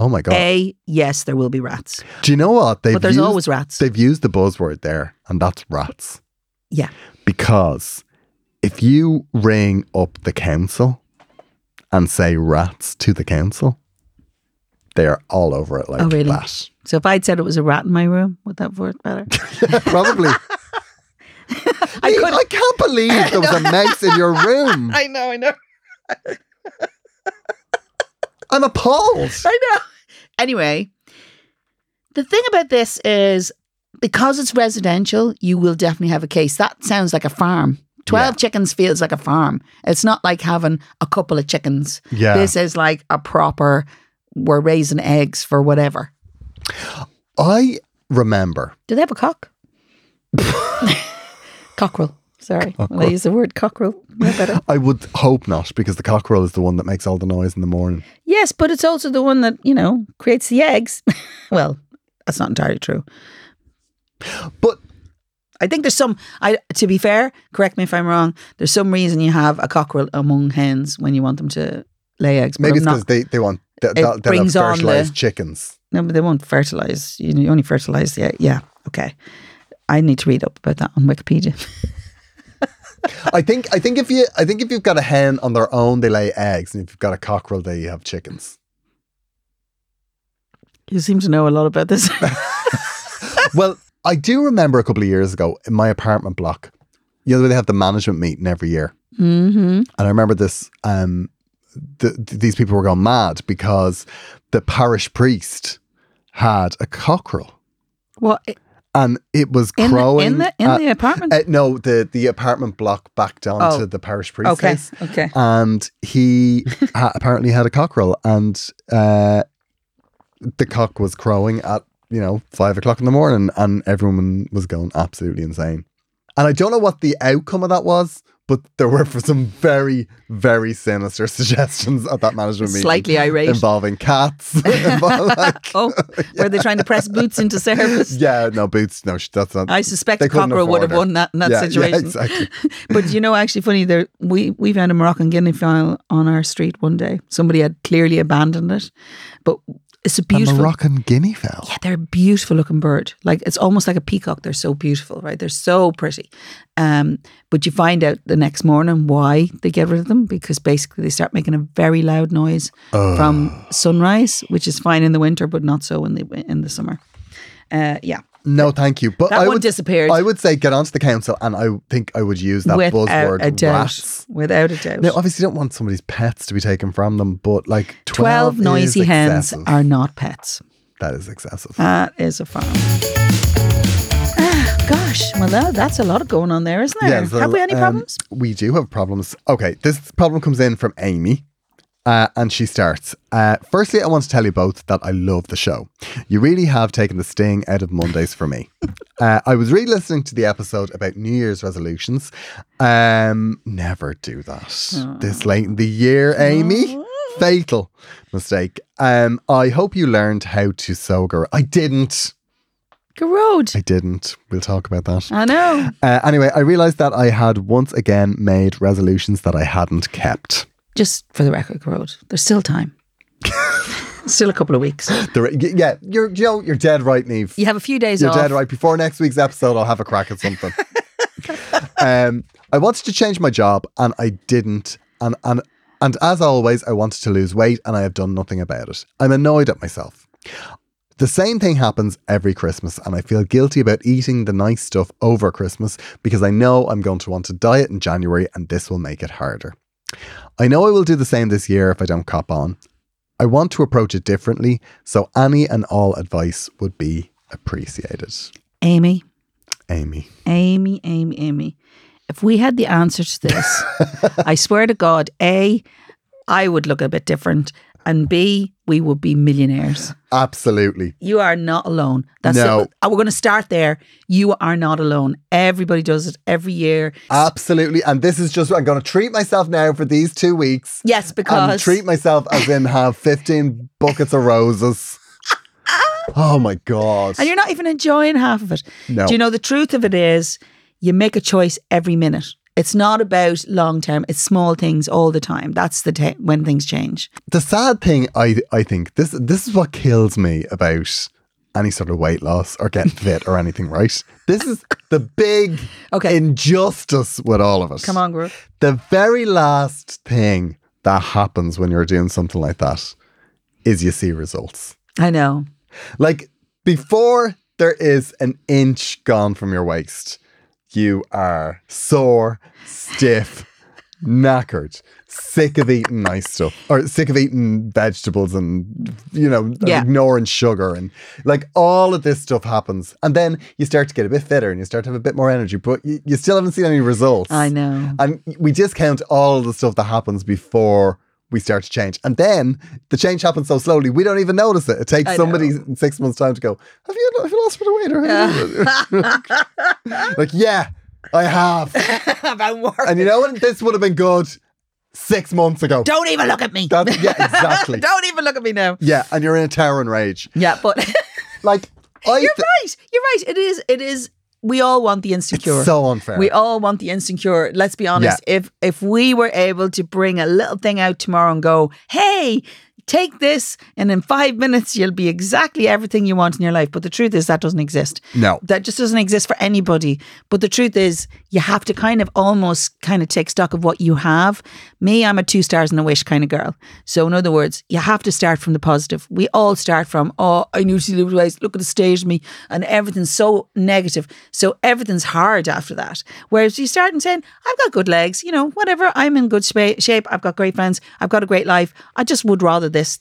B: Oh my God.
C: A, yes, there will be rats.
B: Do you know what? They've
C: Eh. but there's
B: used-
C: always rats.
B: They've used the buzzword there, and that's rats.
C: Yeah.
B: because if you ring up the council and say rats to the council, they are all over it like
C: Oh, really?
B: that.
C: So if I'd said it was a rat in my room, would that work better?
B: Probably. I, I can't believe there was a mouse in your room.
C: I know, I know,
B: I'm appalled.
C: I know. Anyway, the thing about this is because it's residential, you will definitely have a case. That sounds like a farm. 12 chickens feels like a farm. It's not like having a couple of chickens.
B: Yeah.
C: This is like a proper, we're raising eggs for whatever.
B: I remember.
C: Do they have a cock? cockerel. Sorry. Well, I use the word cockerel. No better.
B: I would hope not, because the cockerel is the one that makes all the noise in the morning.
C: Yes, but it's also the one that, you know, creates the eggs. well, that's not entirely true.
B: But
C: I think there's some I to be fair, correct me if I'm wrong, there's some reason you have a cockerel among hens when you want them to lay eggs. but
B: maybe
C: I'm
B: it's
C: not-
B: because they, they want th-
C: It
B: they'll- they'll have
C: brings on the-
B: fertilized chickens.
C: No, but they won't fertilize. You, you only fertilize the egg. Yeah. Okay. I need to read up about that on Wikipedia.
B: I think I think if you I think if you've got a hen on their own, they lay eggs, and if you've got a cockerel, they have chickens.
C: you seem to know a lot about this.
B: well, I do remember a couple of years ago in my apartment block, you know, they have the management meeting every year.
C: mm-hmm.
B: And I remember this. Um, th- th- these people were going mad because the parish priest had a cockerel,
C: Well,
B: and it was
C: in the,
B: crowing.
C: in the in
B: at-
C: the apartment.
B: uh, no, the the apartment block backed onto
C: Oh.
B: the parish priest.
C: okay. Okay.
B: and he ha- apparently had a cockerel, and uh, the cock was crowing at you know five o'clock in the morning, and everyone was going absolutely insane. And I don't know what the outcome of that was, but there were some very, very sinister suggestions at that management meeting.
C: Slightly irate.
B: involving cats. Involve- like-
C: oh, were they trying to press boots into service?
B: yeah, no boots. No, sh- that's not.
C: I suspect
B: They couldn't
C: Cockerel would
B: afford
C: have
B: it.
C: won that in that
B: yeah,
C: situation.
B: yeah, exactly.
C: but you know, actually, funny there we we found a Moroccan guinea fowl on our street one day. Somebody had clearly abandoned it, but it's a
B: A
C: beautiful.
B: Moroccan guinea fowl.
C: yeah, they're a beautiful looking bird. Like it's almost like a peacock. They're so beautiful, right? They're so pretty. Um, but you find out the next morning why they get rid of them because basically they start making a very loud noise
B: Uh.
C: from sunrise, which is fine in the winter, but not so in the in the summer. Uh, yeah,
B: No, thank you. But
C: That
B: I
C: one
B: would,
C: disappeared.
B: I would say get onto the council, and I think I would use that
C: without
B: buzzword
C: a doubt,
B: rats.
C: without a doubt.
B: Now, obviously, you don't want somebody's pets to be taken from them, but like 12,
C: 12 noisy
B: is
C: hens
B: excessive.
C: are not pets.
B: That is excessive.
C: That is a farm. Ah, gosh. Well, tha- that's a lot going on there, isn't there?
B: so,
C: Have we any
B: um,
C: problems?
B: We do have problems. Okay, this problem comes in from Amy. Uh, and she starts. Uh, firstly, I want to tell you both that I love the show. You really have taken the sting out of Mondays for me. Uh, I was re listening to the episode about New Year's resolutions. Um, never do that. This late in the year, Amy. Fatal mistake. Um, I hope you learned how to sew, girl. I didn't.
C: Garode.
B: I didn't. We'll talk about that.
C: I know.
B: Uh, anyway, I realised that I had once again made resolutions that I hadn't kept.
C: Just for the record, Garode, there's still time. still a couple of weeks.
B: The re- y- yeah, you're you know, you're dead right, Neve.
C: You have a few days
B: you're
C: off.
B: dead right. Before next week's episode, I'll have a crack at something. um, I wanted to change my job, and I didn't. And and and as always, I wanted to lose weight, and I have done nothing about it. I'm annoyed at myself. The same thing happens every Christmas, and I feel guilty about eating the nice stuff over Christmas because I know I'm going to want to diet in January, and this will make it harder. I know I will do the same this year if I don't cop on. I want to approach it differently, so any and all advice would be appreciated.
C: Amy,
B: Amy.
C: Amy, Amy, Amy. If we had the answer to this, I swear to God, A, I would look a bit different, and B, we would be millionaires.
B: Absolutely.
C: You are not alone. That's
B: No.
C: it. Uh, We're going to start there. You are not alone. Everybody does it every year.
B: Absolutely. And this is just, I'm going to treat myself now for these two weeks.
C: Yes,
B: And
C: because
B: treat myself as in have 15 buckets of roses. Oh my God.
C: and you're not even enjoying half of it.
B: No.
C: Do you know the truth of it is you make a choice every minute. It's not about long term. It's small things all the time. That's the ta- when things change.
B: the sad thing I I think this this is what kills me about any sort of weight loss or getting fit or anything, right? This is the big
C: Okay.
B: injustice with all of us.
C: Come on, girl.
B: The very last thing that happens when you're doing something like that is you see results.
C: I know.
B: Like before there is an inch gone from your waist, you are sore, stiff, knackered, sick of eating nice stuff, or sick of eating vegetables and, you know,
C: Yeah.
B: ignoring sugar. And like all of this stuff happens. And then you start to get a bit fitter and you start to have a bit more energy, but you, you still haven't seen any results.
C: I know.
B: And we discount all the stuff that happens before we start to change. And then the change happens so slowly, we don't even notice it. It takes
C: I
B: somebody in six months' time to go, Have you, have you lost a bit of weight? Or have you-" like, yeah, I have.
C: About work.
B: And you know what? This would have been good six months ago.
C: Don't even look at me.
B: That's, yeah, exactly.
C: Don't even look at me now.
B: yeah, and you're in a towering rage.
C: Yeah, but
B: Like, I
C: you're
B: thi-
C: right. You're right. It is. It is. We all want the insecure.
B: so unfair.
C: We all want the insecure. Let's be honest. If if we were able to bring a little thing out tomorrow and go, hey, take this, and in five minutes you'll be exactly everything you want in your life. But the truth is that doesn't exist.
B: No.
C: That just doesn't exist for anybody. But the truth is you have to kind of almost kind of take stock of what you have. Me, I'm a two stars and a wish kind of girl. So in other words, you have to start from the positive. We all start from, oh, I need to lose weight. Look at the state of me. And everything's so negative. So everything's hard after that. Whereas you start and saying, I've got good legs, you know, whatever. I'm in good spa- shape. I've got great friends. I've got a great life. I just would rather this.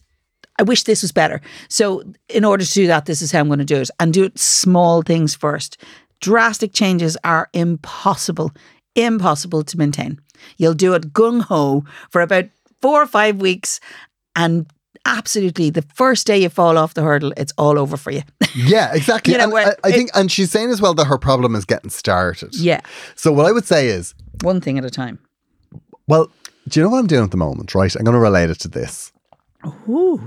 C: I wish this was better. So in order to do that, this is how I'm going to do it. And do it small things first. Drastic changes are impossible, impossible to maintain. You'll do it gung ho for about four or five weeks and absolutely the first day you fall off the hurdle, it's all over for you.
B: Yeah, exactly.
C: You know,
B: and
C: where
B: I, I
C: it-
B: think, and she's saying as well that her problem is getting started.
C: yeah.
B: So what I would say is,
C: One thing at a time.
B: Well, do you know what I'm doing at the moment, right? I'm going to relate it to this.
C: Ooh.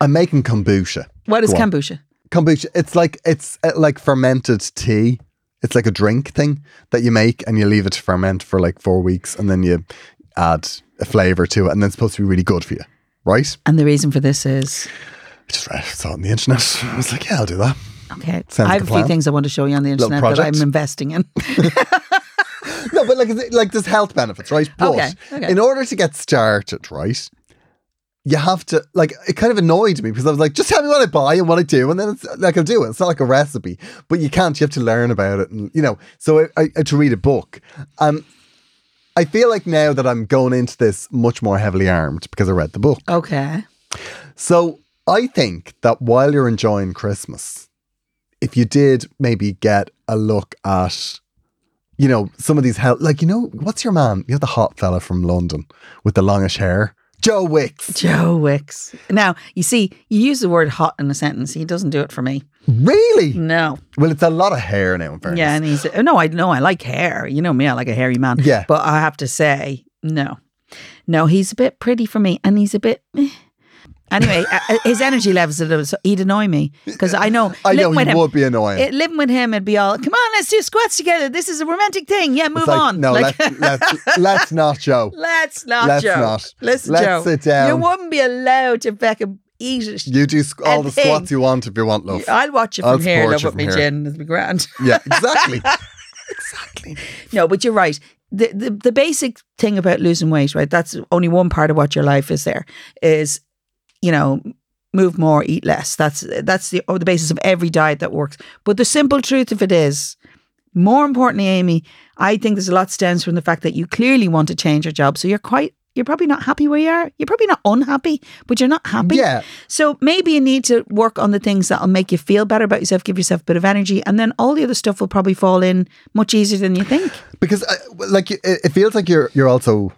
B: I'm making kombucha.
C: What is
B: Go on.
C: kombucha?
B: Kombucha, it's like it's uh, like fermented tea. It's like a drink thing that you make and you leave it to ferment for like 4 weeks and then you add a flavor to it and then it's supposed to be really good for you, right?
C: And the reason for this is
B: I just read saw it on the internet. I was like, yeah, I'll do that.
C: okay.
B: Sounds
C: I
B: like
C: have
B: a
C: a few
B: plan.
C: things I want to show you on the internet that
B: project.
C: I'm investing in.
B: No, but like, is it- like there's health benefits, right? But
C: Okay, okay.
B: in order to get started, right, you have to like. It kind of annoyed me because I was like, just tell me what I buy and what I do, and then it's like I'll do it. It's not like a recipe, but you can't. You have to learn about it, and you know. So I, I, I to read a book, um, I feel like now that I'm going into this much more heavily armed because I read the book.
C: okay.
B: So I think that while you're enjoying Christmas, if you did maybe get a look at, you know, some of these health, like, you know, what's your man? You know, the hot fella from London with the longish hair, Joe Wicks.
C: Joe Wicks. Now, you see, you use the word hot in a sentence. He doesn't do it for me.
B: Really?
C: No.
B: Well, it's a lot of hair now, in fairness.
C: Mm. Yeah, and he's oh, no, I know I like hair. You know me, I like a hairy man.
B: Yeah.
C: But I have to say, no. No, he's a bit pretty for me and he's a bit eh. Anyway, uh, his energy levels are low, so he'd annoy me because I know.
B: I know
C: living with
B: he
C: him-
B: would be annoying.
C: it- living with him, it'd be all, come on, let's do squats together. This is a romantic thing. Yeah, move
B: It's like,
C: on.
B: No,
C: Like-
B: let's, let's, let's not, Joe.
C: Let's not,
B: Let's
C: Joe.
B: not.
C: Listen,
B: Let's
C: Joe.
B: sit down.
C: You wouldn't be allowed to fucking eat it.
B: You do squ- all
C: And
B: the squats
C: thing.
B: you want if you want, love.
C: I'll watch it
B: I'll
C: from here.
B: support
C: Love
B: you
C: with
B: from
C: me,
B: here.
C: gin. It'll be grand.
B: Yeah, exactly. exactly.
C: No, but you're right. The, the the basic thing about losing weight, right? That's only one part of what your life is. There is, you know, move more, eat less. That's that's the oh, the basis of every diet that works. But the simple truth of it is, more importantly, Amy, I think there's a lot stems from the fact that you clearly want to change your job. So you're quite you're probably not happy where you are. You're probably not unhappy, but you're not happy.
B: Yeah.
C: So maybe you need to work on the things that'll make you feel better about yourself, give yourself a bit of energy, and then all the other stuff will probably fall in much easier than you think.
B: because uh, like it, it feels like you're you're also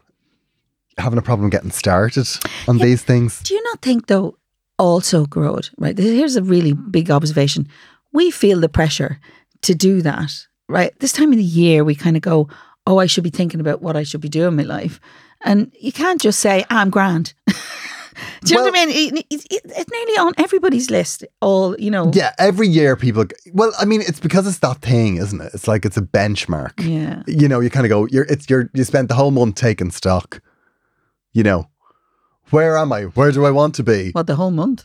B: having a problem getting started on these things.
C: Do you not think though also Grod, right? Here's a really big observation. We feel the pressure to do that, right? This time of the year we kind of go, Oh, I should be thinking about what I should be doing in my life. And you can't just say, I'm grand. do you know what I mean? It- it- it- it's nearly on everybody's list, all, you know.
B: Yeah, every year people. g- Well, I mean, it's because it's that thing, isn't it? It's like it's a benchmark.
C: Yeah.
B: You know, you kind of go. You're it's you're you spent the whole month taking stock. You know, where am I? Where do I want to be?
C: Well, the whole month.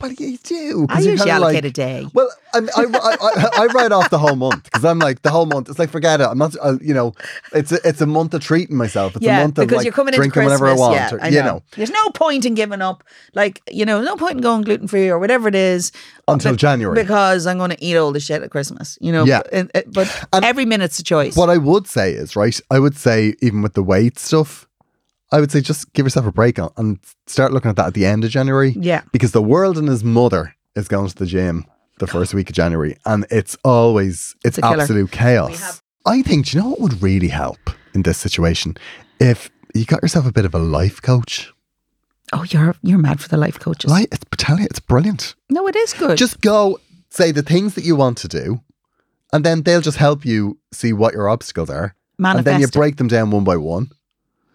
B: Well, you do. 'cause
C: I
B: you're
C: usually
B: kinda
C: allocate
B: like-
C: a day.
B: Well, I, mean, I, I, I, I write off the whole month because I'm like the whole month. It's like forget it. I'm not. Uh, you know, it's a, it's a month of treating myself. It's a
C: yeah,
B: month of
C: because
B: like
C: you're coming into
B: drinking
C: Christmas.
B: whenever I want.
C: yeah,
B: or,
C: I know.
B: You know,
C: there's no point in giving up. Like you know, no point in going gluten free or whatever it is
B: until
C: be-
B: January.
C: because I'm going to eat all the shit at Christmas. You know,
B: Yeah.
C: And- and- but
B: And-
C: every minute's a choice.
B: What I would say is, right, I would say, even with the weight stuff, I would say just give yourself a break on, and start looking at that at the end of January
C: yeah,
B: because the world and his mother is going to the gym the first week of January. And it's always, it's,
C: It's a killer.
B: absolute chaos. I think, do you know what would really help in this situation? If you got yourself a bit of a life coach,
C: Oh, you're you're mad for the life coaches.
B: like, it's, tell you, it's brilliant.
C: No, it is good.
B: Just go say the things that you want to do, and then they'll just help you see what your obstacles are. and
C: manifest.
B: then you
C: it.
B: break them down one by one.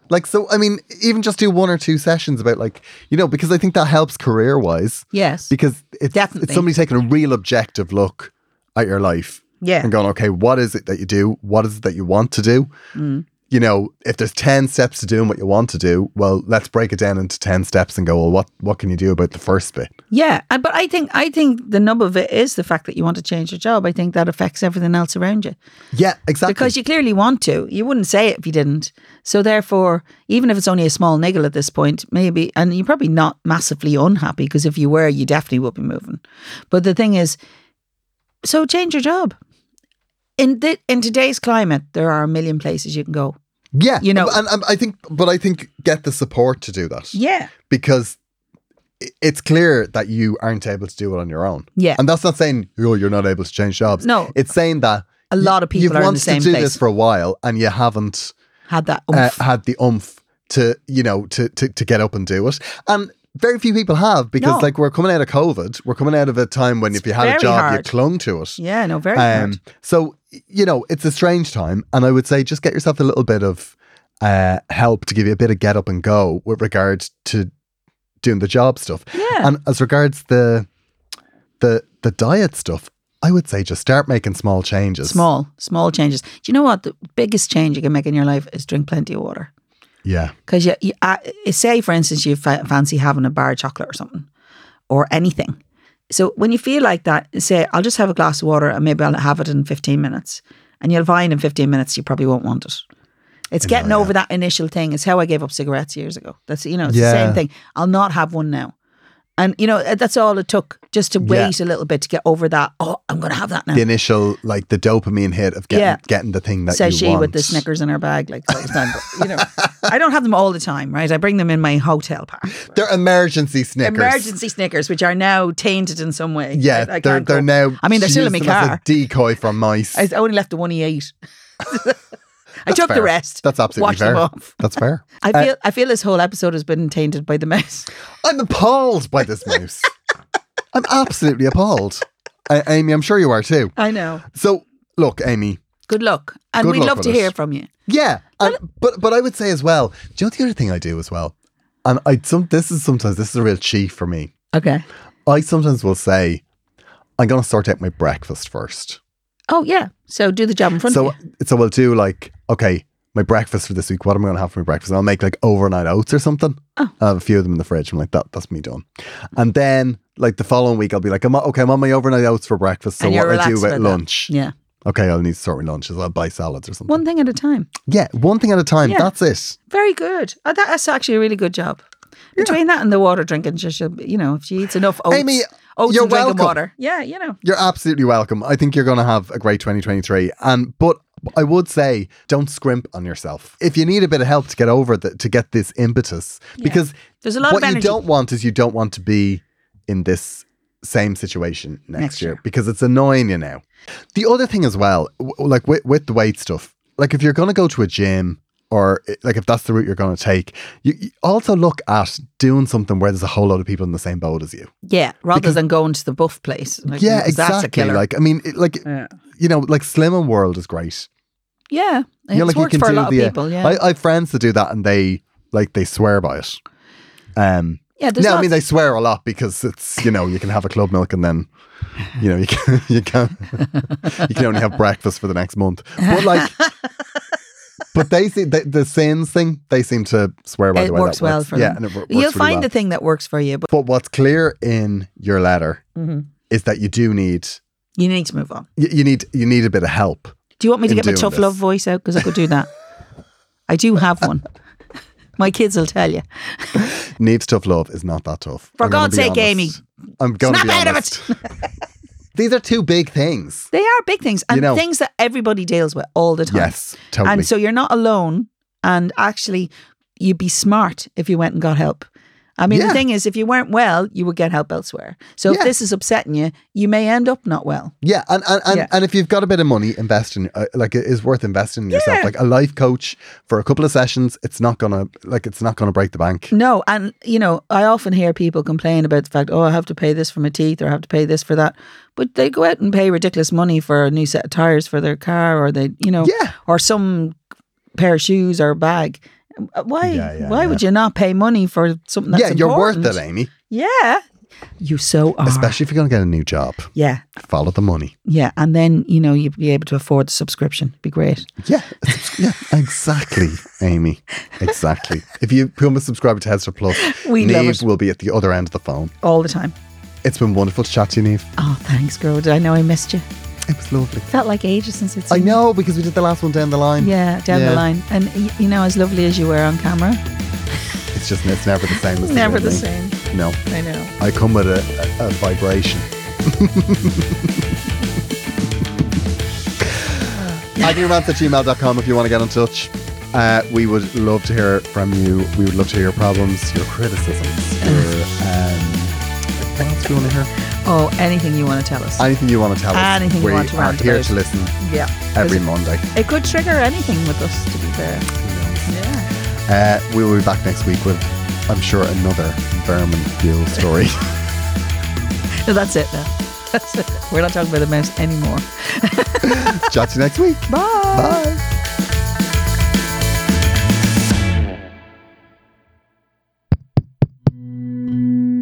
B: Like so, I mean, even just do one or two sessions about like you know because I think that helps career wise
C: yes.
B: because it's, it's
C: Definitely.
B: somebody taking a real objective look at your life
C: Yeah.
B: and going, okay, what is it that you do? What is it that you want to do?
C: Mm.
B: You know, if there's ten steps to doing what you want to do, well, let's break it down into ten steps and go, well, what what can you do about the first bit?
C: Yeah, and- but I think I think the nub of it is the fact that you want to change your job. I think that affects everything else around you
B: Yeah, exactly.
C: because you clearly want to. You wouldn't say it if you didn't. So therefore, even if it's only a small niggle at this point, maybe, and you're probably not massively unhappy because if you were, you definitely would be moving. But the thing is, so change your job. In the, in today's climate, there are a million places you can go.
B: yeah,
C: you know-
B: and, and I think, but I think get the support to do that.
C: Yeah,
B: because i- it's clear that you aren't able to do it on your own.
C: yeah.
B: And that's not saying oh you're not able to change jobs.
C: No.
B: it's saying that
C: A lot of people
B: you've
C: are in the
B: wanted
C: same
B: to do
C: place.
B: this for a while and you haven't
C: Had that.
B: uh,
C: oomph.
B: had the umph to you know to, to to get up and do it. And very few people have because
C: No.
B: like we're coming out of COVID, we're coming out of a time when if you had a
C: very
B: job you
C: hard.
B: clung to it.
C: yeah, no, very hard.
B: Um, so y- you know it's a strange time, and I would say just get yourself a little bit of uh, help to give you a bit of get up and go with regards to doing the job stuff.
C: Yeah.
B: And as regards the the the diet stuff, I would say just start making small changes.
C: Small, small changes. Do you know what? The biggest change you can make in your life is drink plenty of water.
B: Yeah.
C: Because you, you uh, say, for instance, you fa- fancy having a bar of chocolate or something, or anything. So when you feel like that, say, I'll just have a glass of water and maybe I'll have it in 15 minutes. And you'll find in 15 minutes you probably won't want it. It's getting over that initial thing. It's how I gave up cigarettes years ago. That's, you know, it's the
B: Yeah.
C: same thing. I'll not have one now. And, you know, uh, that's all it took just to
B: Yeah.
C: wait a little bit to get over that. Oh, I'm going to have that now.
B: The initial like the dopamine hit of getting
C: Yeah.
B: getting the thing that
C: says
B: you
C: she
B: want.
C: with the Snickers in her bag. Like, so it's done. But, you know, I don't have them all the time, right? I bring them in my hotel pack.
B: They're emergency Snickers.
C: Emergency Snickers, which are now tainted in some way.
B: Yeah,
C: I- I
B: they're
C: can't
B: they're
C: go-
B: now.
C: I mean, they're
B: she
C: still in
B: used
C: my
B: them as
C: car.
B: a decoy for mice.
C: I only left the one he ate. I took
B: fair.
C: the rest.
B: That's absolutely
C: washed
B: fair. Uh,
C: Them off.
B: That's fair.
C: I feel. I feel this whole episode has been tainted by the mess.
B: I'm appalled by this moose. I'm absolutely appalled. Uh, Amy, I'm sure you are too.
C: I know.
B: So, look, Amy.
C: Good luck, and
B: Good
C: we'd
B: luck
C: love
B: with
C: to
B: it.
C: hear from you.
B: Yeah, and, but but I would say as well. Do you know the other thing I do as well? And I some this is sometimes this is a real cheat for me.
C: Okay.
B: I sometimes will say, I'm going to sort out my breakfast first.
C: Oh yeah. So do the job in front
B: So
C: of you.
B: so we'll do like okay, my breakfast for this week. What am I going to have for my breakfast? And I'll make like overnight oats or something.
C: Oh.
B: I have a few of them in the fridge. I'm like that. That's me done. And then like the following week, I'll be like, I'm okay. I'm on my overnight oats for breakfast. So
C: And you're
B: what I do
C: relaxed
B: about
C: about that.
B: lunch?
C: Yeah.
B: Okay, I'll need to sort my lunch as I'll buy salads or something.
C: One thing at a time.
B: yeah, one thing at a time.
C: Yeah.
B: That's it.
C: Very good. Oh, that- that's actually a really good job. Between that and the water drinking, she should, you know, if she eats enough oats,
B: Amy,
C: oats
B: you're
C: and drinking
B: welcome.
C: water. Yeah, you know.
B: You're absolutely welcome. I think you're going to have a great 2023. And but I would say don't scrimp on yourself. If you need a bit of help to get over the, to get this impetus because
C: There's a lot
B: what
C: of
B: you
C: energy.
B: don't want is you don't want to be in this same situation next,
C: Next
B: year,
C: year.
B: because it's annoying you now. The other thing as well, w- like with, with the weight stuff, like if you're going to go to a gym or eh, like if that's the route you're going to take, you, you also look at doing something where there's a whole lot of people in the same boat as you.
C: Yeah, rather
B: Because-
C: than going to the buff place. Like,
B: yeah,
C: because
B: exactly.
C: That's a killer.
B: Like I mean, it, like
C: yeah,
B: you know, like Slim and World is great.
C: yeah. It's
B: You know, like
C: worked for a lot of
B: the, uh,
C: people. Yeah,
B: I, I have friends that do that and they like they swear by it. Um,
C: yeah. There's
B: no, I
C: lots-
B: mean they swear a lot because it's you know you can have a club milk and then you know you can you can you can only have breakfast for the next month. But like But they see the, the sins thing. They seem to swear by
C: It
B: the way.
C: works
B: that
C: well for
B: yeah,
C: them.
B: and it wor- works
C: You'll
B: really
C: find
B: well.
C: the thing that works for you, but
B: But what's clear in your letter
C: Mhm.
B: is that you do need
C: you need to move on.
B: you, you need you need a bit of help.
C: Do you want me to
B: in
C: get my
B: doing
C: tough
B: this.
C: love voice out? Because I could do that. I do have one. My kids will tell you.
B: Needs tough love is not that tough.
C: For
B: I'm gonna
C: God's
B: be
C: sake,
B: honest.
C: Amy.
B: I'm gonna
C: Snap
B: be
C: out of
B: honest. These are two big things.
C: They are big things and
B: You know-
C: things that everybody deals with all the time.
B: Yes, totally.
C: And so you're not alone. And actually, you'd be smart if you went and got help. I mean,
B: Yeah.
C: the thing is, if you weren't well, you would get help elsewhere. So if
B: Yeah.
C: this is upsetting you, you may end up not well.
B: Yeah, and and, and,
C: Yeah.
B: and if you've got a bit of money, invest in uh, like it is worth investing in yourself.
C: Yeah.
B: Like a life coach for a couple of sessions, it's not gonna like it's not gonna break the bank.
C: No. And, you know, I often hear people complain about the fact, oh, I have to pay this for my teeth or I have to pay this for that. But they go out and pay ridiculous money for a new set of tires for their car or they, you know,
B: Yeah,
C: or some pair of shoes or a bag. Uh, Why?
B: Yeah, yeah,
C: why
B: yeah.
C: would you not pay money for something that's
B: yeah, you're worth it,
C: important?
B: Amy.
C: Yeah, you so are.
B: Especially if you're gonna get a new job,
C: Yeah,
B: follow the money.
C: yeah, and then you know you'd be able to afford the subscription. Be great.
B: Yeah, it's- yeah, exactly, Amy. Exactly. If you become a subscriber to Headster Plus,
C: We love
B: Neve
C: it.
B: will be at the other end of the phone.
C: all the time.
B: It's been wonderful to chat to you, Neve.
C: Oh, thanks, girl. Did I know I missed you?
B: It was lovely.
C: Felt like ages since it's.
B: I know because we did the last one down the line.
C: Yeah, down
B: Yeah.
C: the line, and y- you know, as lovely as you were on camera,
B: It's just it's never the same. As
C: never the
B: real
C: same.
B: thing. No,
C: I know.
B: I come with a, a, a vibration. Agneromance at gmail.com if you want to get in touch. Uh, we would love to hear from you. We would love to hear your problems, your criticisms, your. Um, what else do you want to hear?
C: Oh, anything you want to tell us?
B: Anything you want to tell us.
C: Anything you
B: we
C: want to
B: are
C: rant
B: here
C: about.
B: to listen
C: yeah, 'Cause
B: every
C: it,
B: Monday.
C: it could trigger anything with us. To be fair. Yeah.
B: Uh, we will be back next week with, I'm sure, another vermin fuel story.
C: No, that's it. Now. That's it. We're not talking about the mouse anymore.
B: Chat to you next week.
C: Bye.
B: Bye.